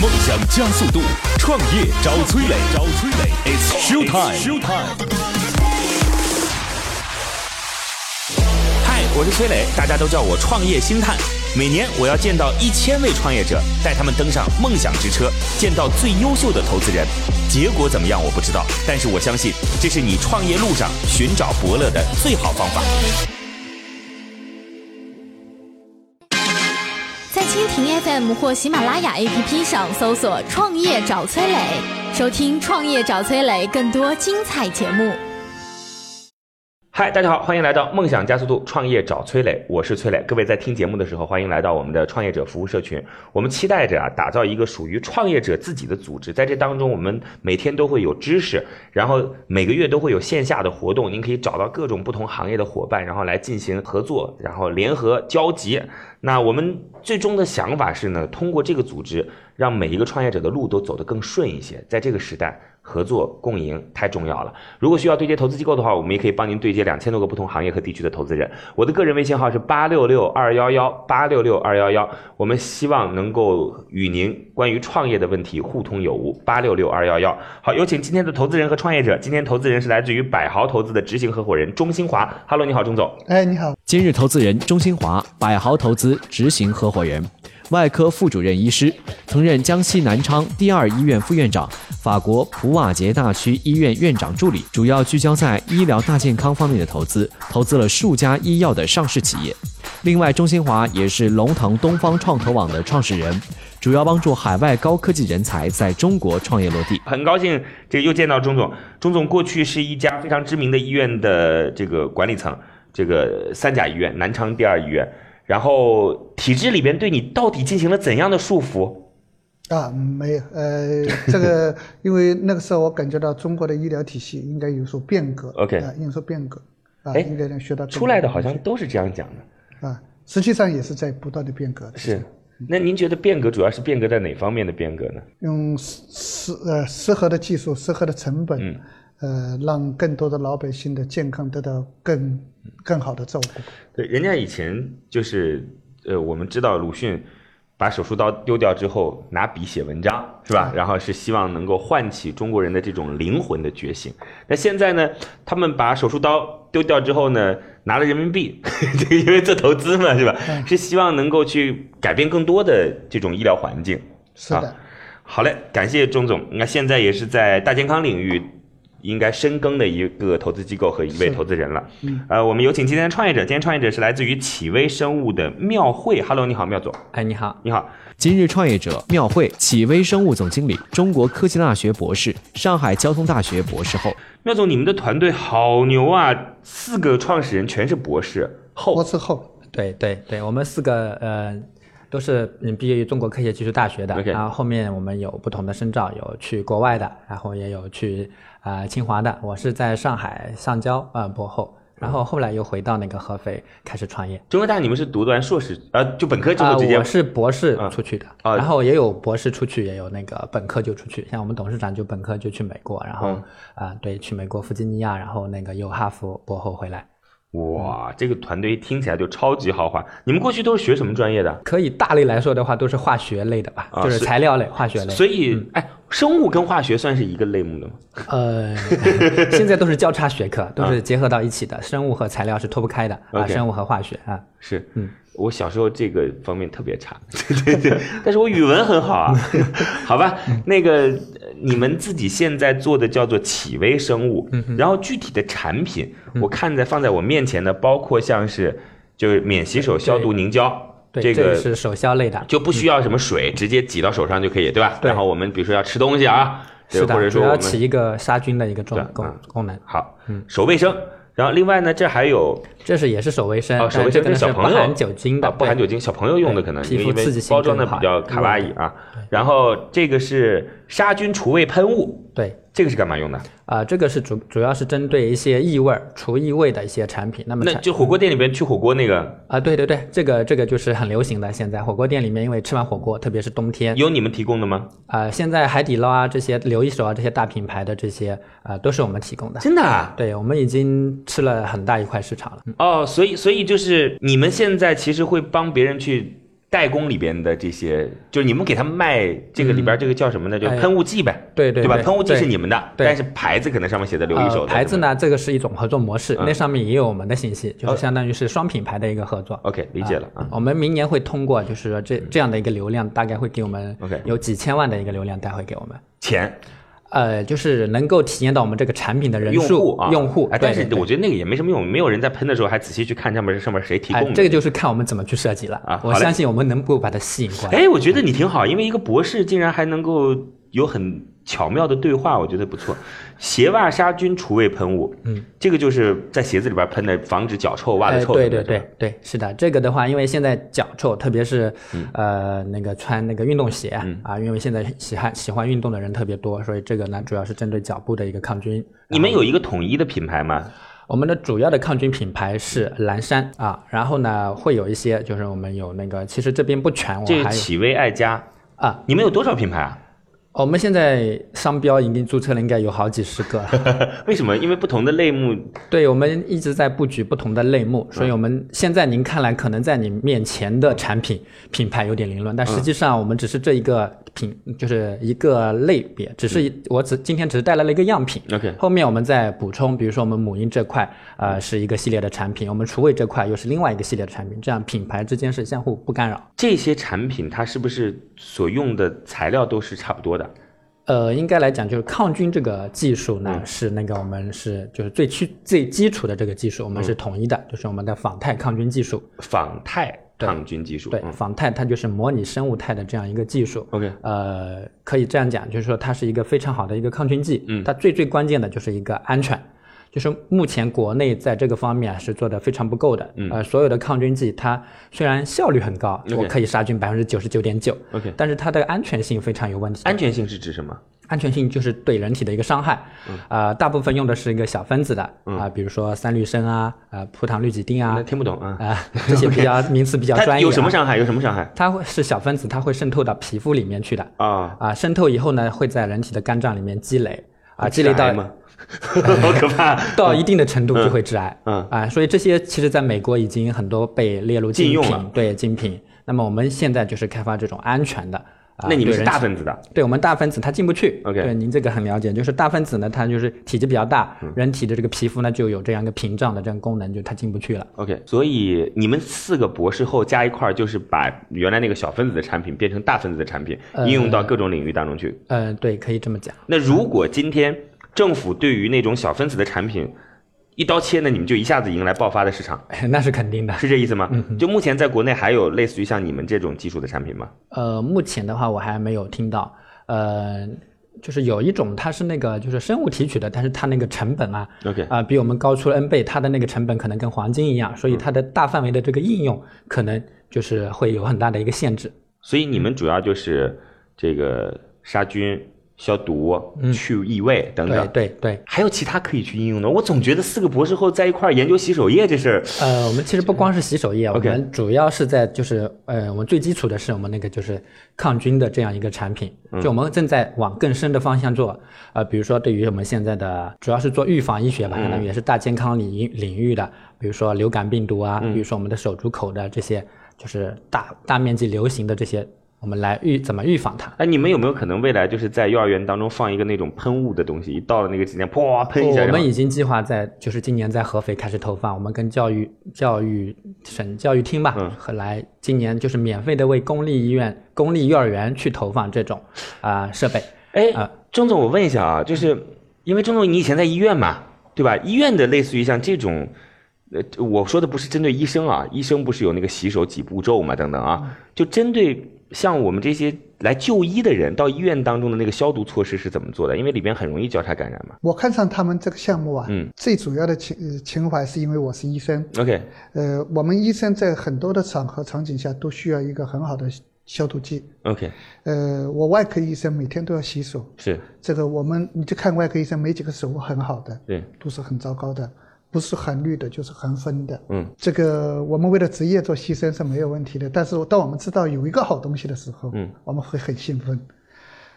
梦想加速度，创业找崔磊，找崔磊，It's show time。嗨，我是崔磊，大家都叫我创业星探。每年我要见到一千位创业者，带他们登上梦想之车，见到最优秀的投资人。结果怎么样我不知道，但是我相信这是你创业路上寻找伯乐的最好方法。在蜻蜓 FM 或喜马拉雅 APP 上搜索“创业找崔磊”，收听“创业找崔磊”更多精彩节目。嗨，大家好，欢迎来到梦想加速度创业找崔磊，我是崔磊。各位在听节目的时候，欢迎来到我们的创业者服务社群。我们期待着啊，打造一个属于创业者自己的组织，在这当中，我们每天都会有知识，然后每个月都会有线下的活动，您可以找到各种不同行业的伙伴，然后来进行合作，然后联合交集。那我们最终的想法是呢，通过这个组织，让每一个创业者的路都走得更顺一些。在这个时代，合作共赢太重要了。如果需要对接投资机构的话，我们也可以帮您对接两千多个不同行业和地区的投资人。我的个人微信号是八六六二幺幺八六六二幺幺，我们希望能够与您关于创业的问题互通有无。八六六二幺幺，好，有请今天的投资人和创业者。今天投资人是来自于百豪投资的执行合伙人钟新华。Hello，你好，钟总。哎，你好，今日投资人钟新华，百豪投资执行合伙人，外科副主任医师，曾任江西南昌第二医院副院长、法国普瓦捷大区医院院长助理，主要聚焦在医疗大健康方面的投资，投资了数家医药的上市企业。另外，钟新华也是龙腾东方创投网的创始人，主要帮助海外高科技人才在中国创业落地。很高兴这个又见到钟总。钟总过去是一家非常知名的医院的这个管理层，这个三甲医院、南昌第二医院。然后体制里边对你到底进行了怎样的束缚？啊，没有， 呃，这个因为那个时候我感觉到中国的医疗体系应该有所变革 OK 啊，应有所变革啊，哎应该能学到更多出来的东好像西都是这样讲的。啊，实际上也是在不断的变革，是，那您觉得变革主要是变革在哪方面的变革呢？用适适呃适合的技术、适合的成本，嗯呃，让更多的老百姓的健康得到更嗯更好的照顾。对，人家以前就是呃，我们知道鲁迅把手术刀丢掉之后，拿笔写文章是吧？然后是希望能够唤起中国人的这种灵魂的觉醒。那现在呢，他们把手术刀丢掉之后呢，拿了人民币， 这个因为做投资嘛，是吧？是希望能够去改变更多的这种医疗环境。是的啊，好嘞，感谢钟总。那现在也是在大健康领域应该深耕的一个投资机构和一位是投资人了。呃，我们有请今天的创业者，今天创业者是来自于企微生物的妙慧。Hello，你好，妙总，哎，你好，你好。今日创业者庙会企微生物总经理，中国科技大学博士，上海交通大学博士后。妙总，你们的团队好牛啊！四个创始人全是博士博后，士后，对对对，我们四个呃都是嗯毕业于中国科学技术大学的 OK 然后后面我们有不同的深造，有去国外的，然后也有去啊、呃清华的，我是在上海上交呃博后，然后后来又回到那个合肥开始创业。中科大你们是读完硕士，呃，就本科之啊、后直接、我是博士嗯出去的、啊然后也有博士出去，也有那个本科就出去。像我们董事长就本科就去美国，然后嗯啊、对，去美国弗吉尼亚，然后那个又哈佛博后回来。哇，这个团队听起来就超级豪华。你们过去都是学什么专业的？可以大类来说的话，都是化学类的吧，啊就是是材料类、化学类。所以，哎，生物跟化学算是一个类目的吗？呃， 现在都是交叉学科，都是结合到一起的，生物和材料是脱不开的啊啊，OK 生物和化学啊。是，嗯，我小时候这个方面特别差， 对对对，但是我语文很好啊， 好吧，嗯那个呃你们自己现在做的叫做企微生物，嗯然后具体的产品，我看在放在我面前的，包括像是就是免洗手消毒凝胶，对，这个是手消类的，就不需要什么水，直接挤到手上就可以，对吧？对然后我们比如说要吃东西啊，对是或者的，说主我要们起一个杀菌的一个对功功嗯功能。好嗯，手卫生。然后另外呢，这还有这是也是手卫生哦，，手但卫这生个呢是小是不朋友含酒精的，啊不含酒对精，小朋友用的可能对因为皮肤刺激性包装的更比好嗯较卡哇伊啊。然后这个是杀菌除味喷雾，对。这个是干嘛用的？啊、这个是主主要是针对一些异味儿、除异味的一些产品。那么那产就火锅店里边去火锅那个，啊、对对对，这个这个就是很流行的。现在火锅店里面，因为吃完火锅，特别是冬天，有你们提供的吗？啊、现在海底捞啊这些、刘一手啊这些大品牌的这些啊、都是我们提供的。真的啊？对，我们已经吃了很大一块市场了。哦，所以所以就是你们现在其实会帮别人去代工里边的这些，就是你们给他们卖这个里边这个叫什么呢？就哎喷雾剂呗，对对对吧？对喷雾剂对是你们的，对但是牌子可能上面写的留一手呃，的牌子是吗呢，这个是一种合作模式，嗯那上面也有我们的信息，就哦是相当于是双品牌的一个合作。 ？OK，理解了啊啊。我们明年会通过就是说这这样的一个流量，大概会给我们嗯 OK 有几千万的一个流量带回给我们。钱呃，就是能够体验到我们这个产品的人用户数、啊，用户哎，但是对对我觉得那个也没什么用，没有人在喷的时候还仔细去看上面是上面谁提哎供的。这个就是看我们怎么去设计了。啊好我嘞相信我们能够把它吸引过来。哎，我觉得你挺好，因为一个博士竟然还能够有很巧妙的对话，我觉得不错。鞋袜杀菌除味喷雾，嗯，这个就是在鞋子里边喷的，防止脚臭、袜哎子臭、对对对，对，是的，这个的话，因为现在脚臭，特别是、嗯呃那个穿那个运动鞋啊、啊，因为现在喜欢喜欢运动的人特别多，所以这个呢主要是针对脚部的一个抗菌。你们有一个统一的品牌吗？我们的主要的抗菌品牌是蓝山啊，然后呢会有一些就是我们有那个，其实这边不全，我这还有企微爱家，啊，你们有多少品牌啊？我们现在商标已经注册了，应该有好几十个了。为什么？因为不同的类目，对，我们一直在布局不同的类目，所以我们现在您看来可能在你面前的产品品牌有点凌乱，但实际上我们只是这一个品，就是一个类别，只是一我只今天只是带来了一个样品。 OK 后面我们再补充，比如说我们母婴这块，呃，是一个系列的产品，我们厨卫这块又是另外一个系列的产品，这样品牌之间是相互不干扰。这些产品它是不是所用的材料都是差不多的？呃，应该来讲就是抗菌这个技术呢，是那个我们是就是最基最基础的这个技术，我们是统一的，就是我们的仿肽抗菌技术。仿肽对抗菌技术，对，嗯仿肽它就是模拟生物肽的这样一个技术。 OK 呃，可以这样讲，就是说它是一个非常好的一个抗菌剂。嗯它最最关键的就是一个安全。就是目前国内在这个方面啊是做的非常不够的，嗯呃，所有的抗菌剂它虽然效率很高， OK 我可以杀菌百分之九十九点九 OK 但是它的安全性非常有问题。安全性是指什么？安全性就是对人体的一个伤害，嗯呃，大部分用的是一个小分子的啊、比如说三氯生啊，呃，葡糖氯己定那啊，听不懂啊啊、。这些比较名词比较专它业、啊。有什么？伤害？有什么伤害它会是小分子，它会渗透到皮肤里面去的啊、啊？渗透以后呢，会在人体的肝脏里面积累啊、积累致癌到吗？ 好可 怕！到一定的程度就会致癌，嗯啊、所以这些其实在美国已经很多被列入禁禁用品，了对禁品。那么我们现在就是开发这种安全的。啊那你们对是人大体分子的，对我们大分子它进不去。 OK 对您这个很了解，就是大分子呢，它就是体积比较大，嗯人体的这个皮肤呢就有这样一个屏障的这样功能，就它进不去了。 OK，所以你们四个博士后加一块儿，就是把原来那个小分子的产品变成大分子的产品，呃应用到各种领域当中去。呃，对，可以这么讲。 那如果今天政府对于那种小分子的产品一刀切，那你们就一下子迎来爆发的市场，那是肯定的。是这意思吗？嗯就目前在国内还有类似于像你们这种技术的产品吗？呃，目前的话我还没有听到，呃，就是有一种它是那个就是生物提取的，但是它那个成本啊 OK 啊、比我们高出了 N 倍，它的那个成本可能跟黄金一样，所以它的大范围的这个应用可能就是会有很大的一个限制。所以你们主要就是这个杀菌、消毒、去异味等嗯对等。对对，还有其他可以去应用的。我总觉得四个博士后在一块儿研究洗手液这事儿，呃，我们其实不光是洗手液，啊我 OK 们主要是在就是呃，我们最基础的是我们那个就是抗菌的这样一个产品，就我们正在往更深的方向做。呃，比如说对于我们现在的主要是做预防医学吧，相当于也是大健康领域领域的，比如说流感病毒啊，比如说我们的手足口的这些，就是大大面积流行的这些，我们来预怎么预防它。哎，你们有没有可能未来就是在幼儿园当中放一个那种喷雾的东西，一到了那个时间，啪喷一下，我然后们已经计划在就是今年在合肥开始投放，我们跟教育教育省教育厅吧，嗯和来今年就是免费的为公立医院、公立幼儿园去投放这种啊、设备。哎啊，郑总，我问一下嗯啊，就是因为郑总你以前在医院嘛，对吧？医院的类似于像这种，呃，我说的不是针对医生啊，医生不是有那个洗手几步骤嘛，等等嗯啊，就针对像我们这些来就医的人到医院当中的那个消毒措施是怎么做的？因为里边很容易交叉感染嘛。我看上他们这个项目啊，嗯最主要的情呃情怀是因为我是医生， OK，呃，我们医生在很多的场合场景下都需要一个很好的消毒剂。 OK，呃，我外科医生每天都要洗手，是这个我们你就看外科医生没几个手很好的，对，都是很糟糕的，不是含氯的就是含酚的。嗯，这个我们为了职业做牺牲是没有问题的，但是当我们知道有一个好东西的时候，嗯，我们会很兴奋。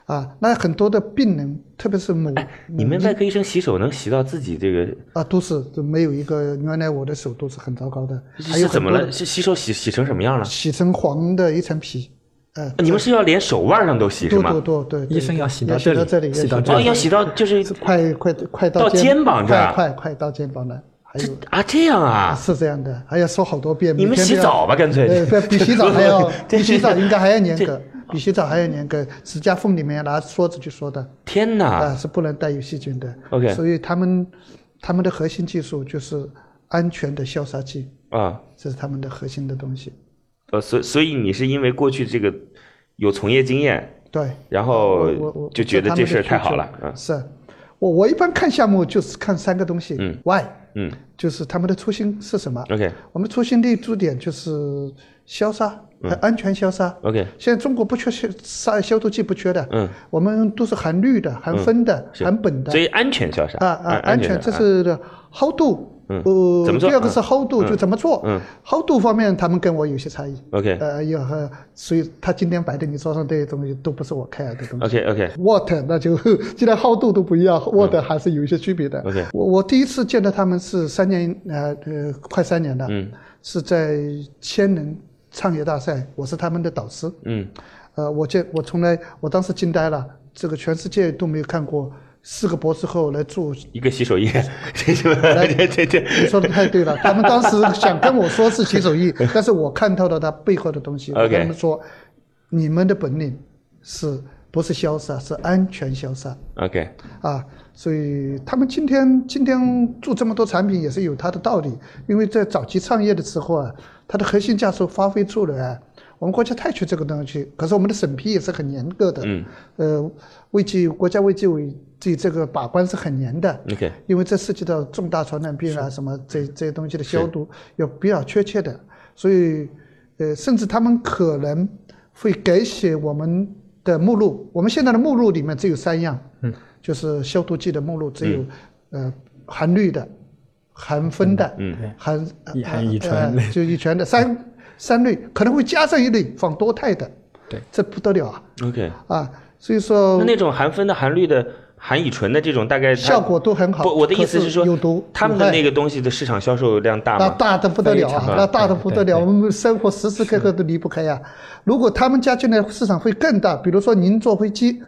啊，那很多的病人，特别是母，你们外科医生洗手能洗到自己这个啊都是都没有一个，原来我的手都是很糟糕的，还是有怎很么多了？是洗手洗洗成什么样了？洗成黄的一层皮，呃，你们是要连手腕上都洗是对吗？对对对，对医生要洗到洗到这这里里，洗到这哦，里要洗到就是快快快到到肩膀这儿快快快到肩膀了，还有啊这样啊？是这样的，还要说好多遍，你们每天洗都要澡吧，干脆对，不 比洗澡还要，这比洗澡应该还要严这格，比洗澡还要严格。指甲缝里面拿梭子去说的， 天哪！啊，是不能带有细菌的。 OK 所以他们他们的核心技术就是安全的消杀剂，啊，这是他们的核心的东西。呃，所所以你是因为过去这个有从业经验，对，然我后我我哦就觉得他这们事儿的太需好求了，嗯是我我一般看项目就是看三个东西，嗯，why，嗯就是他们的初心是什么，OK 我们初心立足点就是消杀，嗯呃安全消杀。 OK，现在中国不缺消杀消毒剂不缺的，嗯，我们都是含氯的、含酚的、是含苯的所，以安全消杀啊啊，安全消这杀是的 how do，嗯呃怎么，第做二个是嗯 how do 嗯就怎么做嗯，how do 方面他们跟我有些差异， OK 呃，有和所以他今天摆在你桌上这些东西都不是我 care 的东西。 OK OK， what 那就 既然厚度都不一样，what 还是有一些区别的。嗯 OK 我我第一次见到他们是三年呃呃快三年了，嗯是在千人创业大赛，我是他们的导师，嗯呃，我见我从来我当时惊呆了，这个全世界都没有看过四个博士后来做 一个洗手液， 这是吧这这你这说的太对了，他们当时想跟我说是洗手 液，但是我看到了他背后的东西。我 OK 跟他们说，你们的本领是不是潇洒，是安全潇洒 OK 啊？所以他们今天今天做这么多产品也是有它的道理，因为在早期创业的时候啊，它的核心价值发挥出来。啊我们国家太缺这个东西，可是我们的审批也是很严格的。嗯，呃，卫计国家卫计委对这个把关是很严的。 OK 因为这涉及到重大传染病啊，什么这这些东西的消毒要比较确切的，所以呃，甚至他们可能会改写我们的目录。我们现在的目录里面只有三样，嗯，就是消毒剂的目录只有、呃含氯的、含酚的、嗯，含乙呃含乙醇呃就乙醛的三三类，可能会加上一类仿多肽的，对，这不得了啊 OK，啊！所以说那那种含酚的、含氯的、含乙醇的这种大概它效果都很好。不，我的意思可是说有毒，他们有的害那个东西的市场销售量大那吗？大的不得了啊非！常那大的不得了，对对我们生活时时刻刻都离不开呀、如果他们加进来，市场会更大。比如说您坐飞机，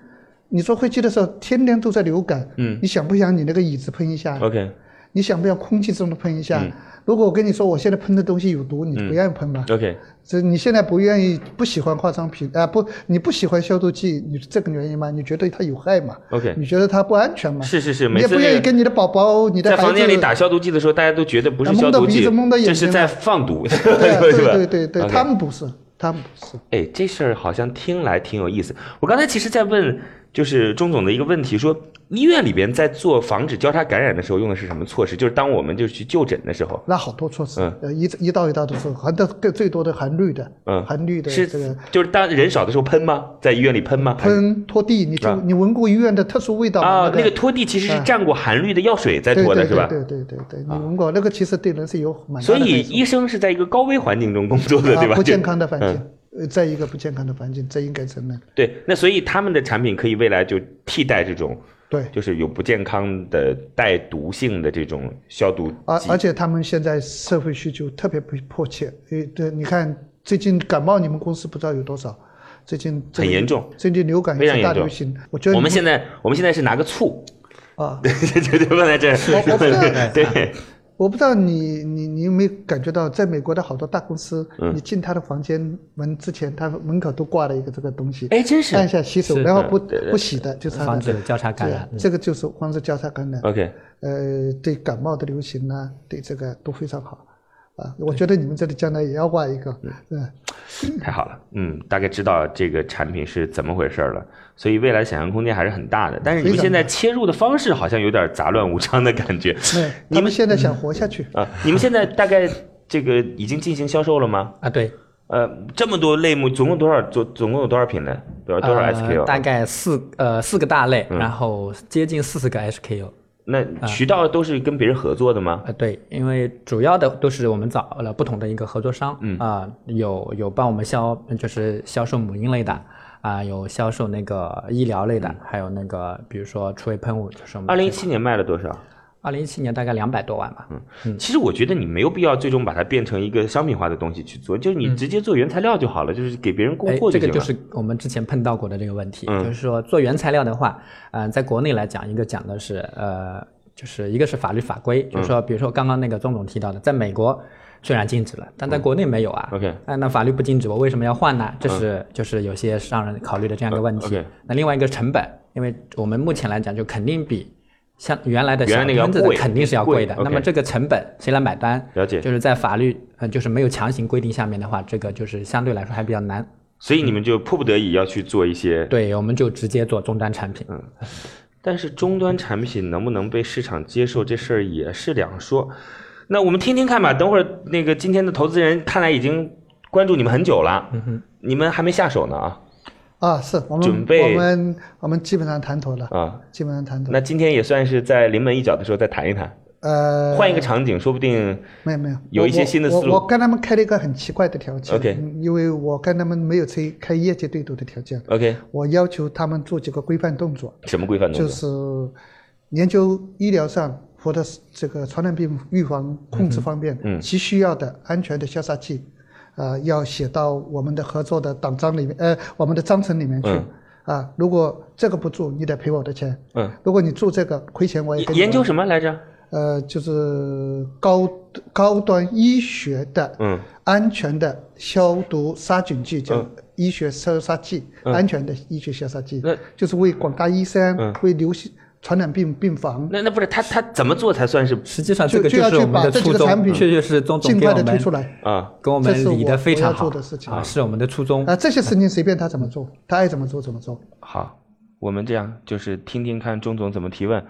你坐飞机的时候天天都在流感，嗯，你想不想你那个椅子喷一下？ OK 你想不想空气中的喷一下？嗯如果我跟你说我现在喷的东西有毒，你不愿意喷吧？ OK 这你现在不愿意、不喜欢化妆品啊、不，你不喜欢消毒剂，你是这个原因吗？你觉得它有害吗 OK 你觉得它不安全吗？是是是，你每也次不那愿意个跟你的宝宝、你的在孩子房间里打消毒剂的时候，大家都觉得不是啊蒙消到毒鼻剂子蒙到，眼这是睛在啊放毒， 对啊是吧？对对对对， OK 他们不是，他们不是。哎，这事儿好像听来挺有意思。我刚才其实在问，就是钟总的一个问题，说医院里边在做防止交叉感染的时候用的是什么措施？就是当我们就是去就诊的时候，那好多措施嗯，呃，一一道一道的说，含的更最多的含氯的，嗯含氯的是这个就是当人少的时候喷吗？在医院里喷吗？喷拖地，你就啊你闻过医院的特殊味道吗啊，那个拖地其实是啊蘸过含氯的药水在对拖对的是吧？对对对对，你闻过那个，其实对人是有蛮大所的害以处医生是在一个高危环境中工作的，啊对吧？不健就康的环嗯境，呃，在一个不健康的环境，这应该承认。对，那所以他们的产品可以未来就替代这种，对，就是有不健康的带毒性的这种消毒而剂。啊而且他们现在社会需求特别迫迫切，呃，对，你看最近感冒，你们公司不知道有多少，最近这很个严重最近流感非也常是大严重流行，我觉得我们你现在我们现在是拿个醋， 啊，对对对，放在这儿，我我不知道对，我不知道你你你有没有感觉到，在美国的好多大公司，你进他的房间门之前，他门口都挂了一个这个东西，哎，真是按一下洗手，是然后不对对不洗的，就是它的防止交叉感对染嗯啊。这个就是防止交叉感染。 OK。呃，对感冒的流行呢、啊对这个都非常好。啊，我觉得你们这里将来也要挂一个，嗯，太好了，嗯，大概知道这个产品是怎么回事了，所以未来想象空间还是很大的。但是你们非常现在切入的方式好像有点杂乱无章的感觉对，他们现在想活下去，啊！你们现在大概这个已经进行销售了吗？啊，对，呃，这么多类目，总共多少总总共有多少品类？多少多少呃 SKU？、大概四呃四个大类，嗯然后接近四十个 SKU。那嗯渠道都是跟别人合作的吗？呃，对，因为主要的都是我们找了不同的一个合作商，嗯啊、有有帮我们销就是销售母婴类的啊、啊、有销售那个医疗类的，还有那个比如说除味喷雾，就是我们嗯二零一七年卖了多少？二零一七年大概两百多万吧。其实我觉得你没有必要最终把它变成一个商品化的东西去做，就是你直接做原材料就好了，就是给别人供嗯哎货，这行了。个就是我们之前碰到过的这个问题，嗯就是说做原材料的话，嗯、在国内来讲，一个讲的是呃，就是一个是法律法规，嗯就是说，比如说刚刚那个钟总提到的，在美国虽然禁止了，但在国内没有啊。嗯 OK 嗯那那法律不禁止，我为什么要换呢？这是、就是有些商人考虑的这样一个问题。嗯，OK 那另外一个成本，因为我们目前来讲，就肯定比。像原来的原小来那个要摊子的贵肯定是要贵贵的， ，OK 那么这个成本谁来买单？了解就是在法律呃，就是没有强行规定下面的话，这个就是相对来说还比较难所以你们就迫不得已要去做一些。嗯对，我们就直接做终端产品。但是终端产品能不能被市场接受，这事儿也是两说。那我们听听看吧。等会儿那个今天的投资人看来已经关注你们很久了，啊嗯你们还没下手呢啊啊，是我们准备我们我们基本上谈妥了，啊！基本上谈妥那了。今天也算是在临门一脚的时候再谈一谈，呃，换一个场景，说不定没有没有，有一些新的思路我我我跟他们开了一个很奇怪的条件 OK 嗯因为我跟他们没有开开业绩对赌的条件， OK 我要求他们做几个规范动作，什么规范动就作？是研究医疗上和的这个传染病预防控制方面，嗯其需要的安全的消杀剂，呃，要写到我们的合作的党章里面，呃，我们的章程里面去。嗯啊，如果这个不做，你得赔我的钱；嗯，如果你做这个亏钱，我也给你研究赔什么来着？呃，就是高高端医学的，嗯，安全的消毒杀菌剂，叫嗯医学消杀剂，嗯安全的医学消杀剂，那就是为广大医生，嗯为流行传染病病房，那那不是他他怎么做才算是实际上，就这个就要是去我们把的这几初个产衷，品确确实钟总尽给快我的推们出来。啊？给我这们是理我得非我要常做好的事情啊，是我们的初衷啊，。这些事情随便他怎么做，他爱怎么做怎么做。好，我们这样就是听听看钟总怎么提问。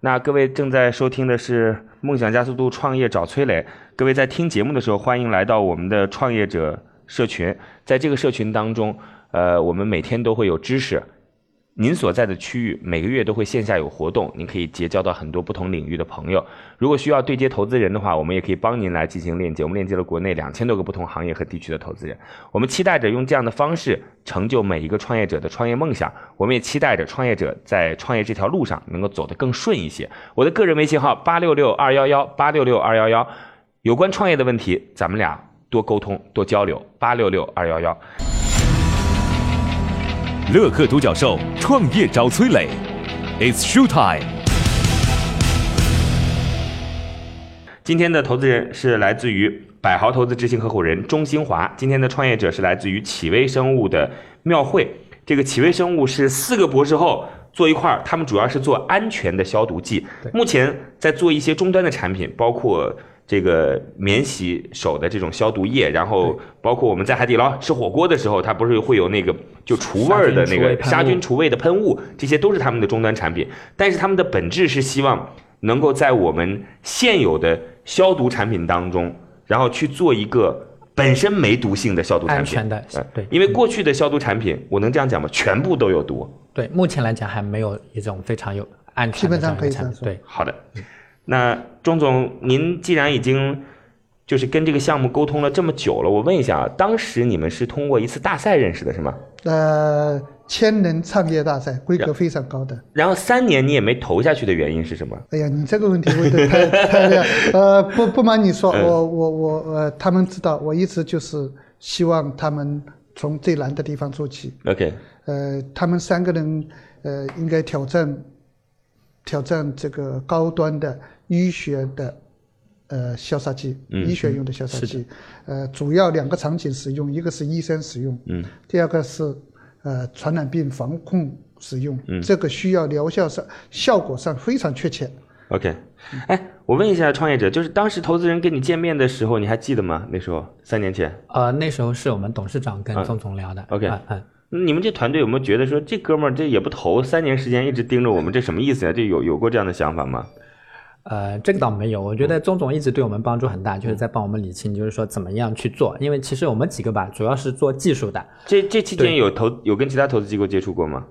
那各位正在收听的是《梦想加速度创业找崔磊》，各位在听节目的时候，欢迎来到我们的创业者社群。在这个社群当中，呃，我们每天都会有知识。您所在的区域每个月都会线下有活动，您可以结交到很多不同领域的朋友。如果需要对接投资人的话，我们也可以帮您来进行链接。我们链接了国内两千多个不同行业和地区的投资人。我们期待着用这样的方式成就每一个创业者的创业梦想。我们也期待着创业者在创业这条路上能够走得更顺一些。我的个人微信号八六六二幺幺八六六二幺幺，有关创业的问题，咱们俩多沟通多交流。八六六二幺幺。乐客独角兽创业找崔磊，It's show time。今天的投资人是来自于百豪投资执行合伙人钟兴华，今天的创业者是来自于企微生物的妙慧。这个企微生物是四个博士后坐一块儿，他们主要是做安全的消毒剂，目前在做一些终端的产品，包括。这个免洗手的这种消毒液，然后包括我们在海底捞吃火锅的时候，它不是会有那个就除味儿的那个杀杀菌除味喷雾菌除味的喷雾，这些都是他们的终端产品。但是他们的本质是希望能够在我们现有的消毒产品当中，然后去做一个本身没毒性的消毒产安品。全的嗯，对因为过去的消毒产品，我能这样讲吗？全部都有毒。对，目前来讲还没有一种非常有安全的基本这上样一可个以产这品。样说对，好的，嗯那钟总，您既然已经就是跟这个项目沟通了这么久了，我问一下啊，当时你们是通过一次大赛认识的，是吗？呃，千人创业大赛规格呀非常高的。然后三年你也没投下去的原因是什么？哎呀，你这个问题问 的太太厉害。呃，不不瞒你说，我我我呃，他们知道，我一直就是希望他们从最难的地方做起。 OK，呃，他们三个人呃，应该挑战挑战这个高端的医学的呃消杀剂，医学用的消杀剂。呃，主要两个场景使用，一个是医生使用，嗯，第二个是呃传染病防控使用。嗯，这个需要疗效上效果上非常确切。 OK，哎，我问一下创业者，就是当时投资人跟你见面的时候，你还记得吗？那时候三年前，呃，那时候是我们董事长跟钟总聊的。 OK 嗯嗯，你们这团队有没有觉得说这哥们儿这也不投，三年时间一直盯着我们，这什么意思呀、这有有过这样的想法吗？呃，这个倒没有，我觉得嗯钟总一直对我们帮助很大，就是在帮我们理清，就是说怎么样去做。因为其实我们几个吧，主要是做技术的啊、这这期间对有投有跟其他投资机构接触过吗？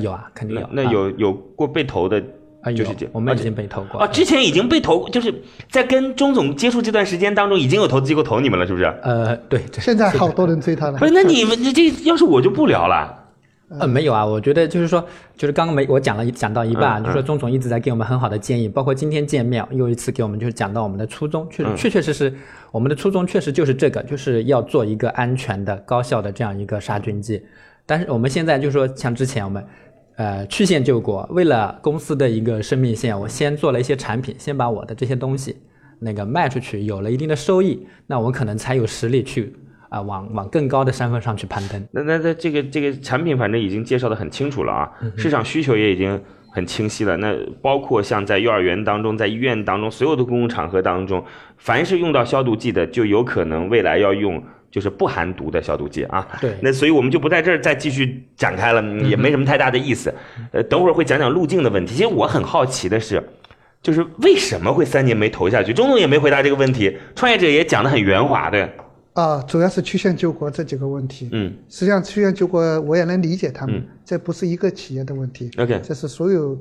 有啊，肯定那有。那有有过被投的啊，就有是这，我们啊已经被投过啊，之前已经被投，就是在跟钟总接触这段时间当中，已经有投资机构投你们了，是不是？呃，对，这现在好多人追他了不。是，那你们这这要是我就不聊了。呃，没有啊，我觉得就是说，就是刚刚没我讲了一讲到一半啊，嗯嗯就是说钟总一直在给我们很好的建议，包括今天见面又一次给我们就是讲到我们的初衷，确嗯实确确实实我们的初衷确实就是这个，就是要做一个安全的、高效的这样一个杀菌剂。但是我们现在就是说，像之前我们呃曲线救国，为了公司的一个生命线，我先做了一些产品，先把我的这些东西那个卖出去，有了一定的收益，那我可能才有实力去啊、往往更高的山峰上去攀登。那那那这个这个产品反正已经介绍的很清楚了啊，市场需求也已经很清晰了。那包括像在幼儿园当中、在医院当中、所有的公共场合当中，凡是用到消毒剂的，就有可能未来要用就是不含毒的消毒剂啊。对那所以我们就不在这儿再继续展开了，也没什么太大的意思。呃，等会儿会讲讲路径的问题。其实我很好奇的是。就是为什么会三年没投下去？钟总也没回答这个问题，创业者也讲的很圆滑的，啊，主要是曲线救国这几个问题。嗯实际上曲线救国我也能理解他们，嗯这不是一个企业的问题， ，OK，这是所有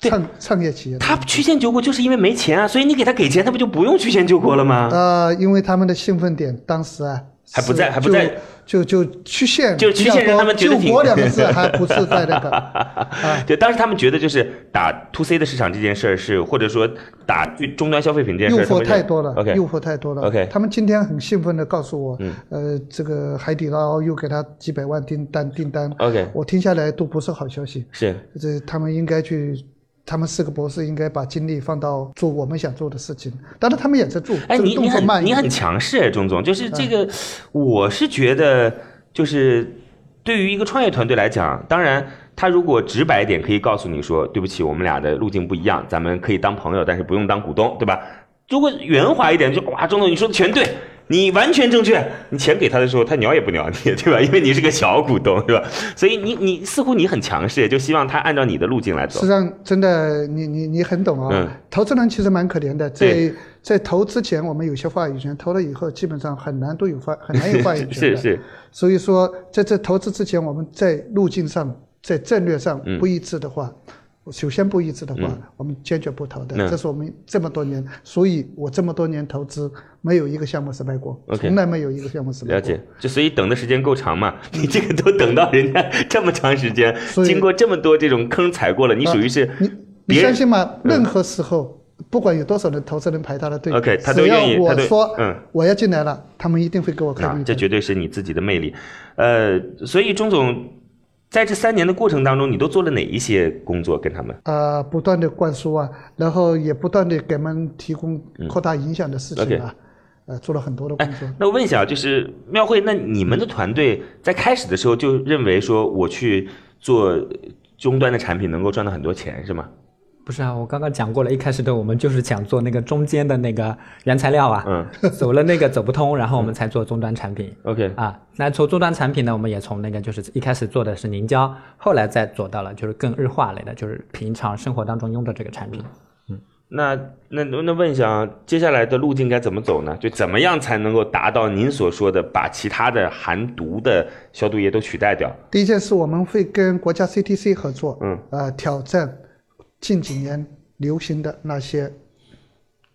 对创创业企业的。他曲线救国就是因为没钱啊，所以你给他给钱，他不就不用曲线救国了吗？呃，因为他们的兴奋点当时啊。还不在是还不在，就就就曲线就比曲较线让高他们觉得挺救国两个字还不是在那 个啊，对，当时他们觉得就是打 to C 的市场这件事儿是，或者说打最终端消费品这件事诱儿，惑他们太就多了 OK，诱惑太多了。 OK 他们今天很兴奋的告诉我，嗯呃，这个海底捞又给他几百万订单订单， OK 我听下来都不是好消息。是这他们应该去，他们四个博士应该把精力放到做我们想做的事情。当然，他们也在做，哎，这个你动你作很慢一你点嗯很强势哎，钟总，就是这个，我是觉得就是对于一个创业团队来讲，当然他如果直白一点，可以告诉你说，对不起，我们俩的路径不一样，咱们可以当朋友，但是不用当股东，对吧？如果圆滑一点，就哇，钟总你说的全对。你完全正确，你钱给他的时候，他鸟也不鸟你，对吧？因为你是个小股东，对吧？所以你你似乎你很强势，就希望他按照你的路径来实走际。上，真的，你你你很懂啊、嗯投资人其实蛮可怜的，对在在投之前，我们有些话语权；投了以后，基本上很难都有话，很难有话语权 是的。是，所以说，在这投资之前，我们在路径上、在战略上嗯不一致的话，首先不一致的话，嗯我们坚决不投的。嗯这是我们这么多年，所以我这么多年投资没有一个项目失败过 OK 从来没有一个项目失败过。了解，就所以等的时间够长嘛？ 你这个都等到人家这么长时间，所以经过这么多这种坑踩过了，你属于是啊你你别人相信吗？任何时候，不管有多少人投资人排他的队 OK，他都只要愿意他我都说嗯我要进来了，他们一定会给我开啊绿，这灯。绝对是你自己的魅力。呃，所以钟总在这三年的过程当中，你都做了哪一些工作跟他们？呃，不断的灌输啊，然后也不断的给他们提供嗯扩大影响的事情啊，呃，做了很多的哎工作。那我问一下，就是妙慧，那你们的团队在开始的时候就认为说我去做终端的产品能够赚到很多钱是吗？不是啊，我刚刚讲过了，一开始的我们就是想做那个中间的那个原材料啊，嗯走了那个走不通，然后我们才做终端产品，OK，啊。那从终端产品呢，我们也从那个就是一开始做的是凝胶，后来再做到了就是更日化类的，就是平常生活当中用的这个产品。那那那问一下啊，接下来的路径该怎么走呢？就怎么样才能够达到您所说的把其他的含毒的消毒液都取代掉？第一件事，我们会跟国家 CTC 合作，嗯，呃，挑战近几年流行的那些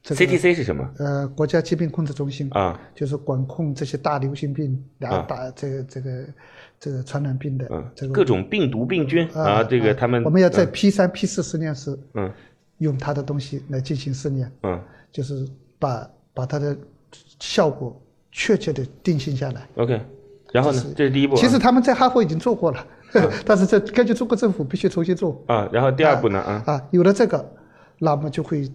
这个 CTC 是什么呃国家疾病控制中心啊？就是管控这些大流行病，然啊后打这个这个这个传染病的嗯这，个呃各种病毒病菌啊，这个他们我们要在 P 三、P 四实验室嗯用它的东西来进行试验，嗯就是把把它的效果确切的定性下来。 OK，然后呢这是？这是第一步啊。其实他们在哈佛已经做过了， 但是这根据中国政府必须重新做啊，然后第二步呢？啊，啊。有了这个，那么就会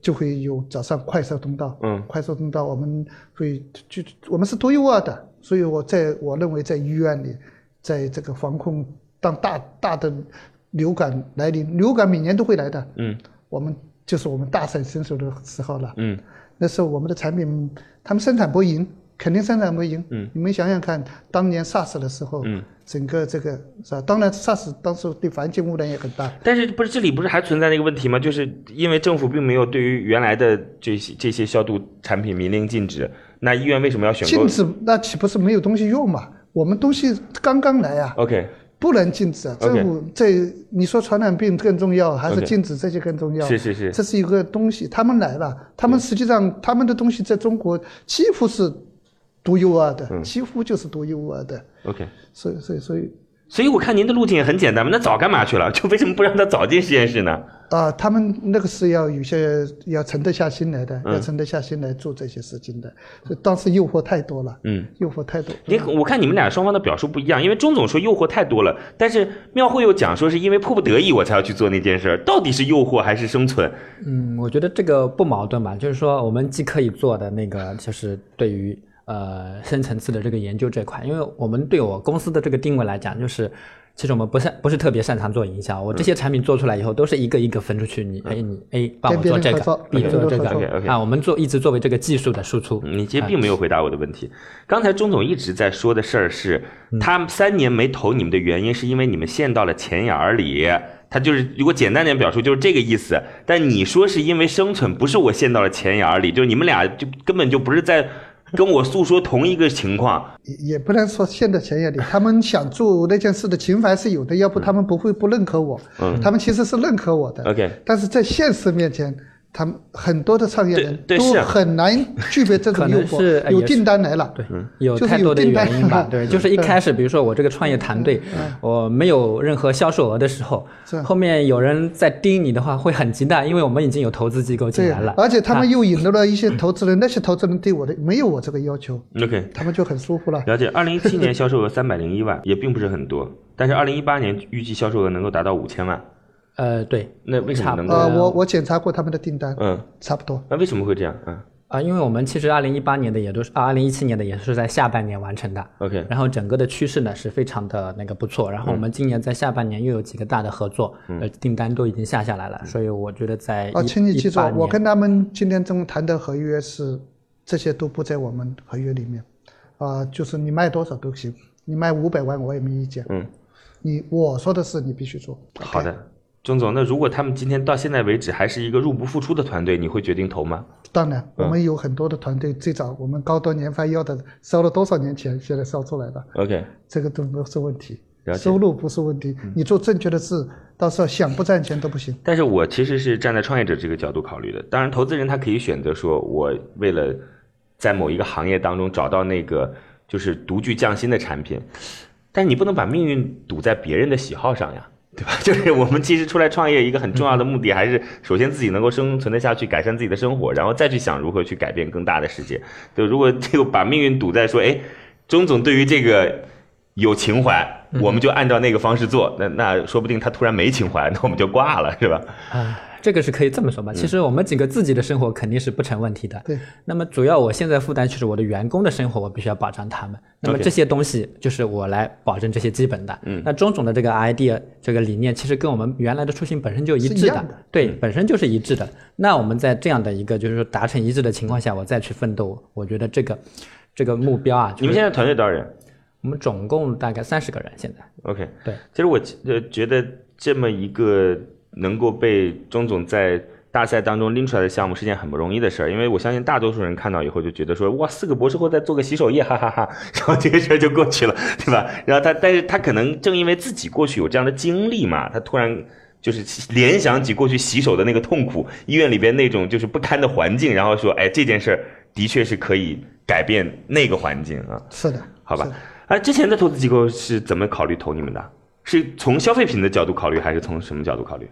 就会有早上快速通道，嗯快速通道我们会就我们是独一无二的，所以我在我认为在医院里，在这个防控当大大的流感来临，流感每年都会来的，嗯我们就是我们大展身手的时候了。嗯那时候我们的产品，他们生产不赢，肯定生产不赢。嗯，你们想想看，当年 SARS 的时候，嗯，整个这个是吧？当然 SARS 当时对环境污染也很大，但是不是这里不是还存在那个问题吗？就是因为政府并没有对于原来的这些这些消毒产品明令禁止，那医院为什么要选购禁止那岂不是没有东西用嘛？我们东西刚刚来啊， ？OK，不能禁止啊！哦 OK 政府这你说传染病更重要，还是 OK 禁止这些更重要？是是是嗯这是一个东西，他们来了，他们实际上他们的东西在中国几嗯乎是独一无二的，几乎就是独一无二的。 OK。所以所以所以所以我看您的路径也很简单嘛，那早干嘛去了？ 就为什么不让他早进实验室呢？啊，他们那个是要有些要沉得下心来的，嗯要沉得下心来做这些事情的。所以当时诱惑太多了，嗯，诱惑太多。你我看你们俩双方的表述不一样，因为钟总说诱惑太多了，但是妙慧又讲说是因为迫不得已我才要去做那件事儿，到底是诱惑还是生存？嗯，我觉得这个不矛盾吧，就是说我们既可以做的那个，就是对于呃深层次的这个研究这块，因为我们对我公司的这个定位来讲，就是其实我们不擅不是特别擅长做营销，我这些产品做出来以后都是一个一个分出去，你哎你 A 帮我跟别做人这合作个，B 跟做别这人合作个啊，我们做一直作为这个技术的输出，嗯你其实并没有回答我的问题。刚才钟总一直在说的事儿是，嗯他三年没投你们的原因是因为你们陷到了钱眼儿里。他就是如果简单点表述就是这个意思。但你说是因为生存，不是我陷到了钱眼儿里，就是你们俩就根本就不是在跟我诉说同一个情况。也也不能说陷在钱眼 里，他们想做那件事的情怀是有的，要嗯不他们不会不认可我。嗯他们其实是认可我的。 OK 但是在现实面前，他们很多的创业人对对都是啊很难具备这种 可诱能惑。是哎有也订单来了，对，有嗯就是太有多的订单。原因吧 对，就是一开始，比如说我这个创业团队，我没有任何销售额的时候嗯是，后面有人在盯你的话，会很极大，因为我们已经有投资机构进对来了，，而且他们啊又引入了一些投资人，那些投资人对我的没有我这个要求， OK，他们就很舒服了。了解，二零一七年销售额三百零一万，也并不是很多，但是二零一八年预计销售额能够达到五千万，呃，对，那为什么差能不够？多呃，我我检查过他们的订单，嗯，差不多。那为什么会这样？嗯啊，因为我们其实二零一八年的也都是，啊二零一七年的也是在下半年完成的。 ，OK，然后整个的趋势呢是非常的那个不错，然后我们今年在下半年又有几个大的合作，呃，订单都已经下下来了，所以我觉得在嗯哦，一请你记住18，我年跟他们今天中谈的合约是，这些都不在我们合约里面，啊、就是你卖多少都行，你卖五百万我也没意见。嗯，你我说的是你必须做。好的，钟总，那如果他们今天到现在为止还是一个入不敷出的团队，你会决定投吗？当然，嗯我们有很多的团队，最早我们高端研发药的烧了多少年钱，现在烧出来了， OK，这个都不是问题了。解嗯收入不是问题，你做正确的事，到时候想不赚钱都不行。但是我其实是站在创业者这个角度考虑的。当然，投资人他可以选择说，我为了在某一个行业当中找到那个就是独具匠心的产品，但是你不能把命运赌在别人的喜好上呀，对吧？ 就是我们其实出来创业一个很重要的目的，还是首先自己能够生存得下去，改善自己的生活，然后再去想如何去改变更大的世界。就如果这个把命运赌在说，哎，钟总对于这个有情怀，我们就按照那个方式做，那那说不定他突然没情怀，那我们就挂了，是吧？啊，这个是可以这么嗯说吧。其实我们几个自己的生活肯定是不成问题的。对。那么主要我现在负担就是我的员工的生活，我必须要保障他们。那么 OK 这些东西就是我来保证这些基本的。嗯。那钟总的这个 idea 这个理念，其实跟我们原来的初心本身就一是一致的。样的对，嗯本身就是一致的。那我们在这样的一个就是说达成一致的情况下，我再去奋斗，我觉得这个这个目标啊，你就们是现在团队多少人我们总共大概三十个人现在。 ？OK，对，其实我呃觉得这么一个能够被钟总在大赛当中拎出来的项目是件很不容易的事儿，因为我相信大多数人看到以后就觉得说，哇，四个博士后再做个洗手液，哈哈哈 然后这个事儿就过去了，对吧？然后他，但是他可能正因为自己过去有这样的经历嘛，他突然。就是联想起过去洗手的那个痛苦，医院里边那种就是不堪的环境，然后说，哎，这件事儿的确是可以改变那个环境啊。是的，好吧是的？啊，之前的投资机构是怎么考虑投你们的？是从消费品的角度考虑，还是从什么角度考虑？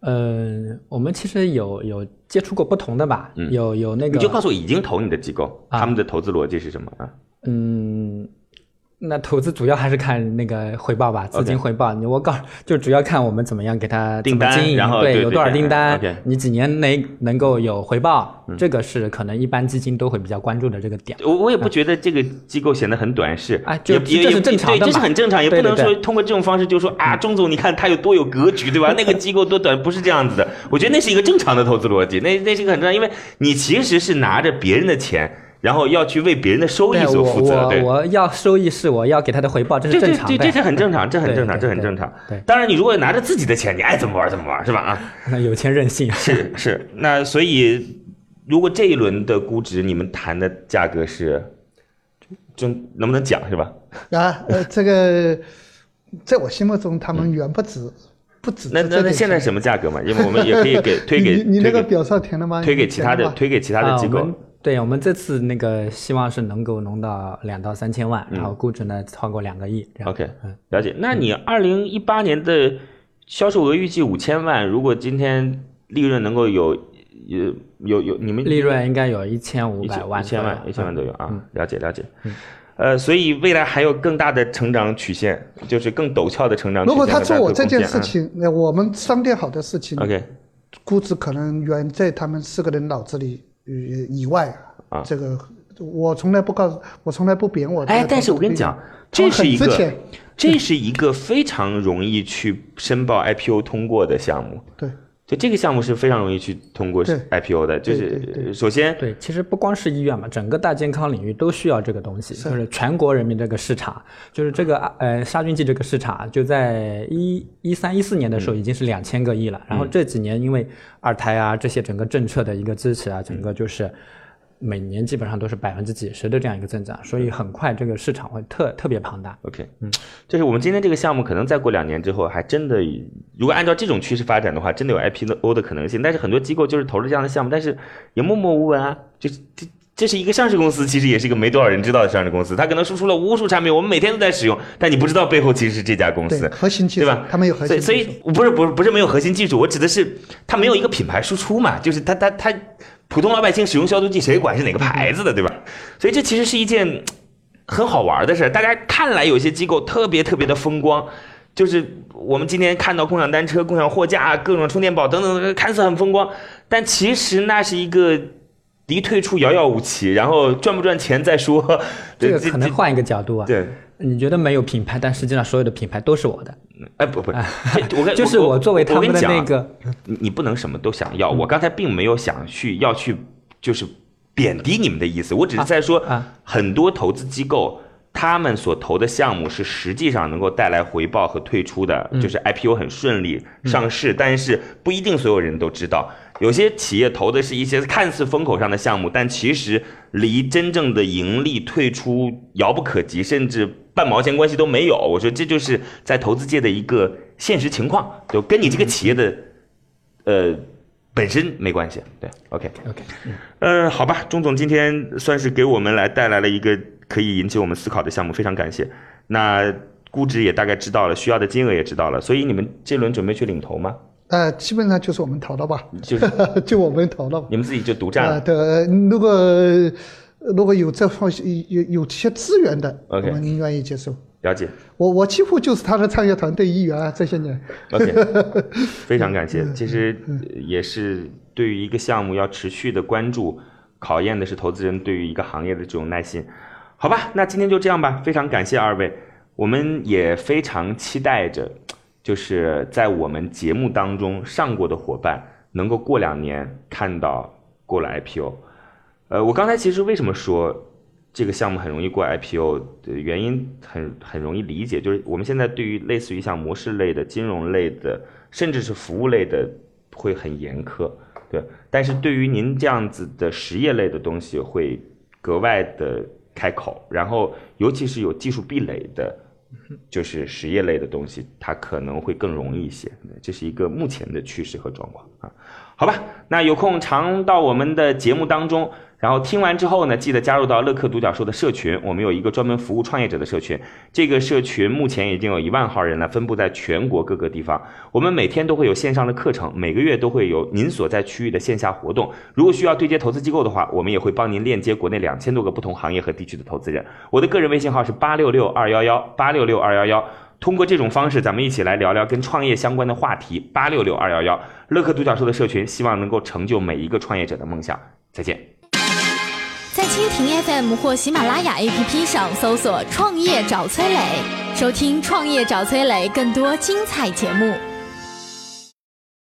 嗯，我们其实有有接触过不同的吧，有有那个嗯你就告诉我已经投你的机构，啊他们的投资逻辑是什么啊？嗯，那投资主要还是看那个回报吧，资 OK 金回报。你我告就主要看我们怎么样给它订怎么单经营，然后对对有对多少对订单， OK 嗯你几年内能够有回报，这个是可能一般基金都会比较关注的这个点。我我也不觉得这个机构显得很短视啊就也也这是也正常的对，嘛这是很正常，也不对对嗯能说对通过这种方式就说啊，钟总你看他有多有格局，对 吧？那个机构多短，不是这样子的。我觉得那是一个正常的投资逻辑，那那是一个很正常，因为你其实是拿着别人的钱，然后要去为别人的收益对所我负责，对我。我要收益是我要给它的回报，这是这呃正这常这的这呀。是很正常，这很正常，这对对很正常。对对当然你如果拿着自己的钱，你爱怎么玩怎么玩，是吧？啊， 那有钱任性。是是。那所以，如果这一轮的估值你们谈的价格是，就能不能讲是吧？啊，呃，这个在我心目中他们远不止，不止嗯那这那这那点现在钱 什么价格嘛？因为我们也可以给推给你你那推个给表上填了吗？推给其他填的了吗推给其他的机啊我构们。对我们这次那个希望是能够弄到两到三千嗯万，然后估值呢超过两个亿。这样 OK，嗯，了解。那你二零一八年的销售额预计五千万，如果今天利润能够有有有有你们利润应该有一千五一百千一万左千右，万一千万嗯左右啊，了解了解。嗯呃，所以未来还有更大的成长曲线，就是更陡峭的成长曲线如和果大他的空间。做我这件事嗯情，那我们商店好的事情， ，OK，估值可能远在他们四个人脑子里呃以外啊。啊这个我从来不告诉，我从来不贬我。哎，但是我跟你讲，，这是一他们很值个钱这是一个非常容易去申报 IPO 通过的项目。对，就这个项目是非常容易去通过对 IPO 的，就对对是首先对，其实不光是医院嘛，整个大健康领域都需要这个东西，就是全国人民这个市场，就是这个呃杀菌剂这个市场，就在一一三一四年的时候嗯已经是两千个亿了，然后这几年因为二胎啊这些整个政策的一个支持啊，整嗯个就是。每年基本上都是百分之几十的这样一个增长，所以嗯很快这个市场会特特别庞大。 OK，嗯，就是我们今天这个项目，可能再过两年之后，还真的，如果按照这种趋势发展的话，真的有 IPO 的可能性。但是很多机构就是投了这样的项目，但是也默默无闻啊。就是这这是一个上市公司，其实也是一个没多少人知道的上市公司，它可能输出了无数产品，我们每天都在使用，但你不知道背后其实是这家公对司。核心技术，对吧？他们有核心技术，所以所以不是不是不是没有核心技术，我指的是它没有一个品牌输出嘛，就是它它它普通老百姓使用消毒剂，谁管是哪个牌子的，对吧？所以这其实是一件嘖很好玩的事儿。大家看来有些机构特别特别的风光。就是我们今天看到共享单车、共享货架、各种充电宝等等等等，看似很风光，但其实那是一个离退出遥遥无期，然后赚不赚钱再说。这个可能换一个角度啊，对，你觉得没有品牌，但实际上所有的品牌都是我的，哎不 不，这我跟就是我作为他我们跟的你讲啊那个你你不能什么都想嗯要。我刚才并没有想去要去就是贬低你们的意思，我只是在说啊啊，很多投资机构他们所投的项目是实际上能够带来回报和退出的，嗯就是 IPO 很顺利上市，但是不一定所有人都知道。有些企业投的是一些看似风口上的项目，但其实离真正的盈利退出遥不可及，甚至半毛钱关系都没有。我说这就是在投资界的一个现实情况，就跟你嗯这个企业的呃，本身没关系。对，OK， OK。呃，好吧，钟总今天算是给我们来带来了一个可以引起我们思考的项目，非常感谢。那估值也大概知道了，需要的金额也知道了，所以你们这轮准备去领投吗？呃，基本上就是我们投了吧，就是 就我们投了吧。你们自己就独占啊，了。对，呃如果如果有这方有有这些资源的 OK 我们愿意接受。了解我我几乎就是他的创业团队一员啊，这些年。 ，OK，非常感谢。其实呃也是对于一个项目要持续的关注，考验的是投资人对于一个行业的这种耐心。好吧，那今天就这样吧，非常感谢二位，我们也非常期待着，就是在我们节目当中上过的伙伴，能够过两年看到过了 IPO。呃，我刚才其实为什么说这个项目很容易过 IPO 的呃原因很很容易理解，就是我们现在对于类似于像模式类的、金融类的，甚至是服务类的，会很严苛，对。但是对于您这样子的实业类的东西，会格外的开口，然后尤其是有技术壁垒的。就是实业类的东西，它可能会更容易一些，对这是一个目前的趋势和状况啊。好吧，那有空常到我们的节目当中，然后听完之后呢，记得加入到乐客独角兽的社群，我们有一个专门服务创业者的社群，这个社群目前已经有一万号人了，分布在全国各个地方。我们每天都会有线上的课程，每个月都会有您所在区域的线下活动。如果需要对接投资机构的话，我们也会帮您链接国内两千多个不同行业和地区的投资人。我的个人微信号是八六六二幺幺八六六二幺幺。通过这种方式，咱们一起来聊聊跟创业相关的话题。八六六二幺幺，乐客独角兽的社群，希望能够成就每一个创业者的梦想。再见。在蜻蜓 FM 或喜马拉雅 APP 上搜索“创业找崔磊”，收听“创业找崔磊”更多精彩节目。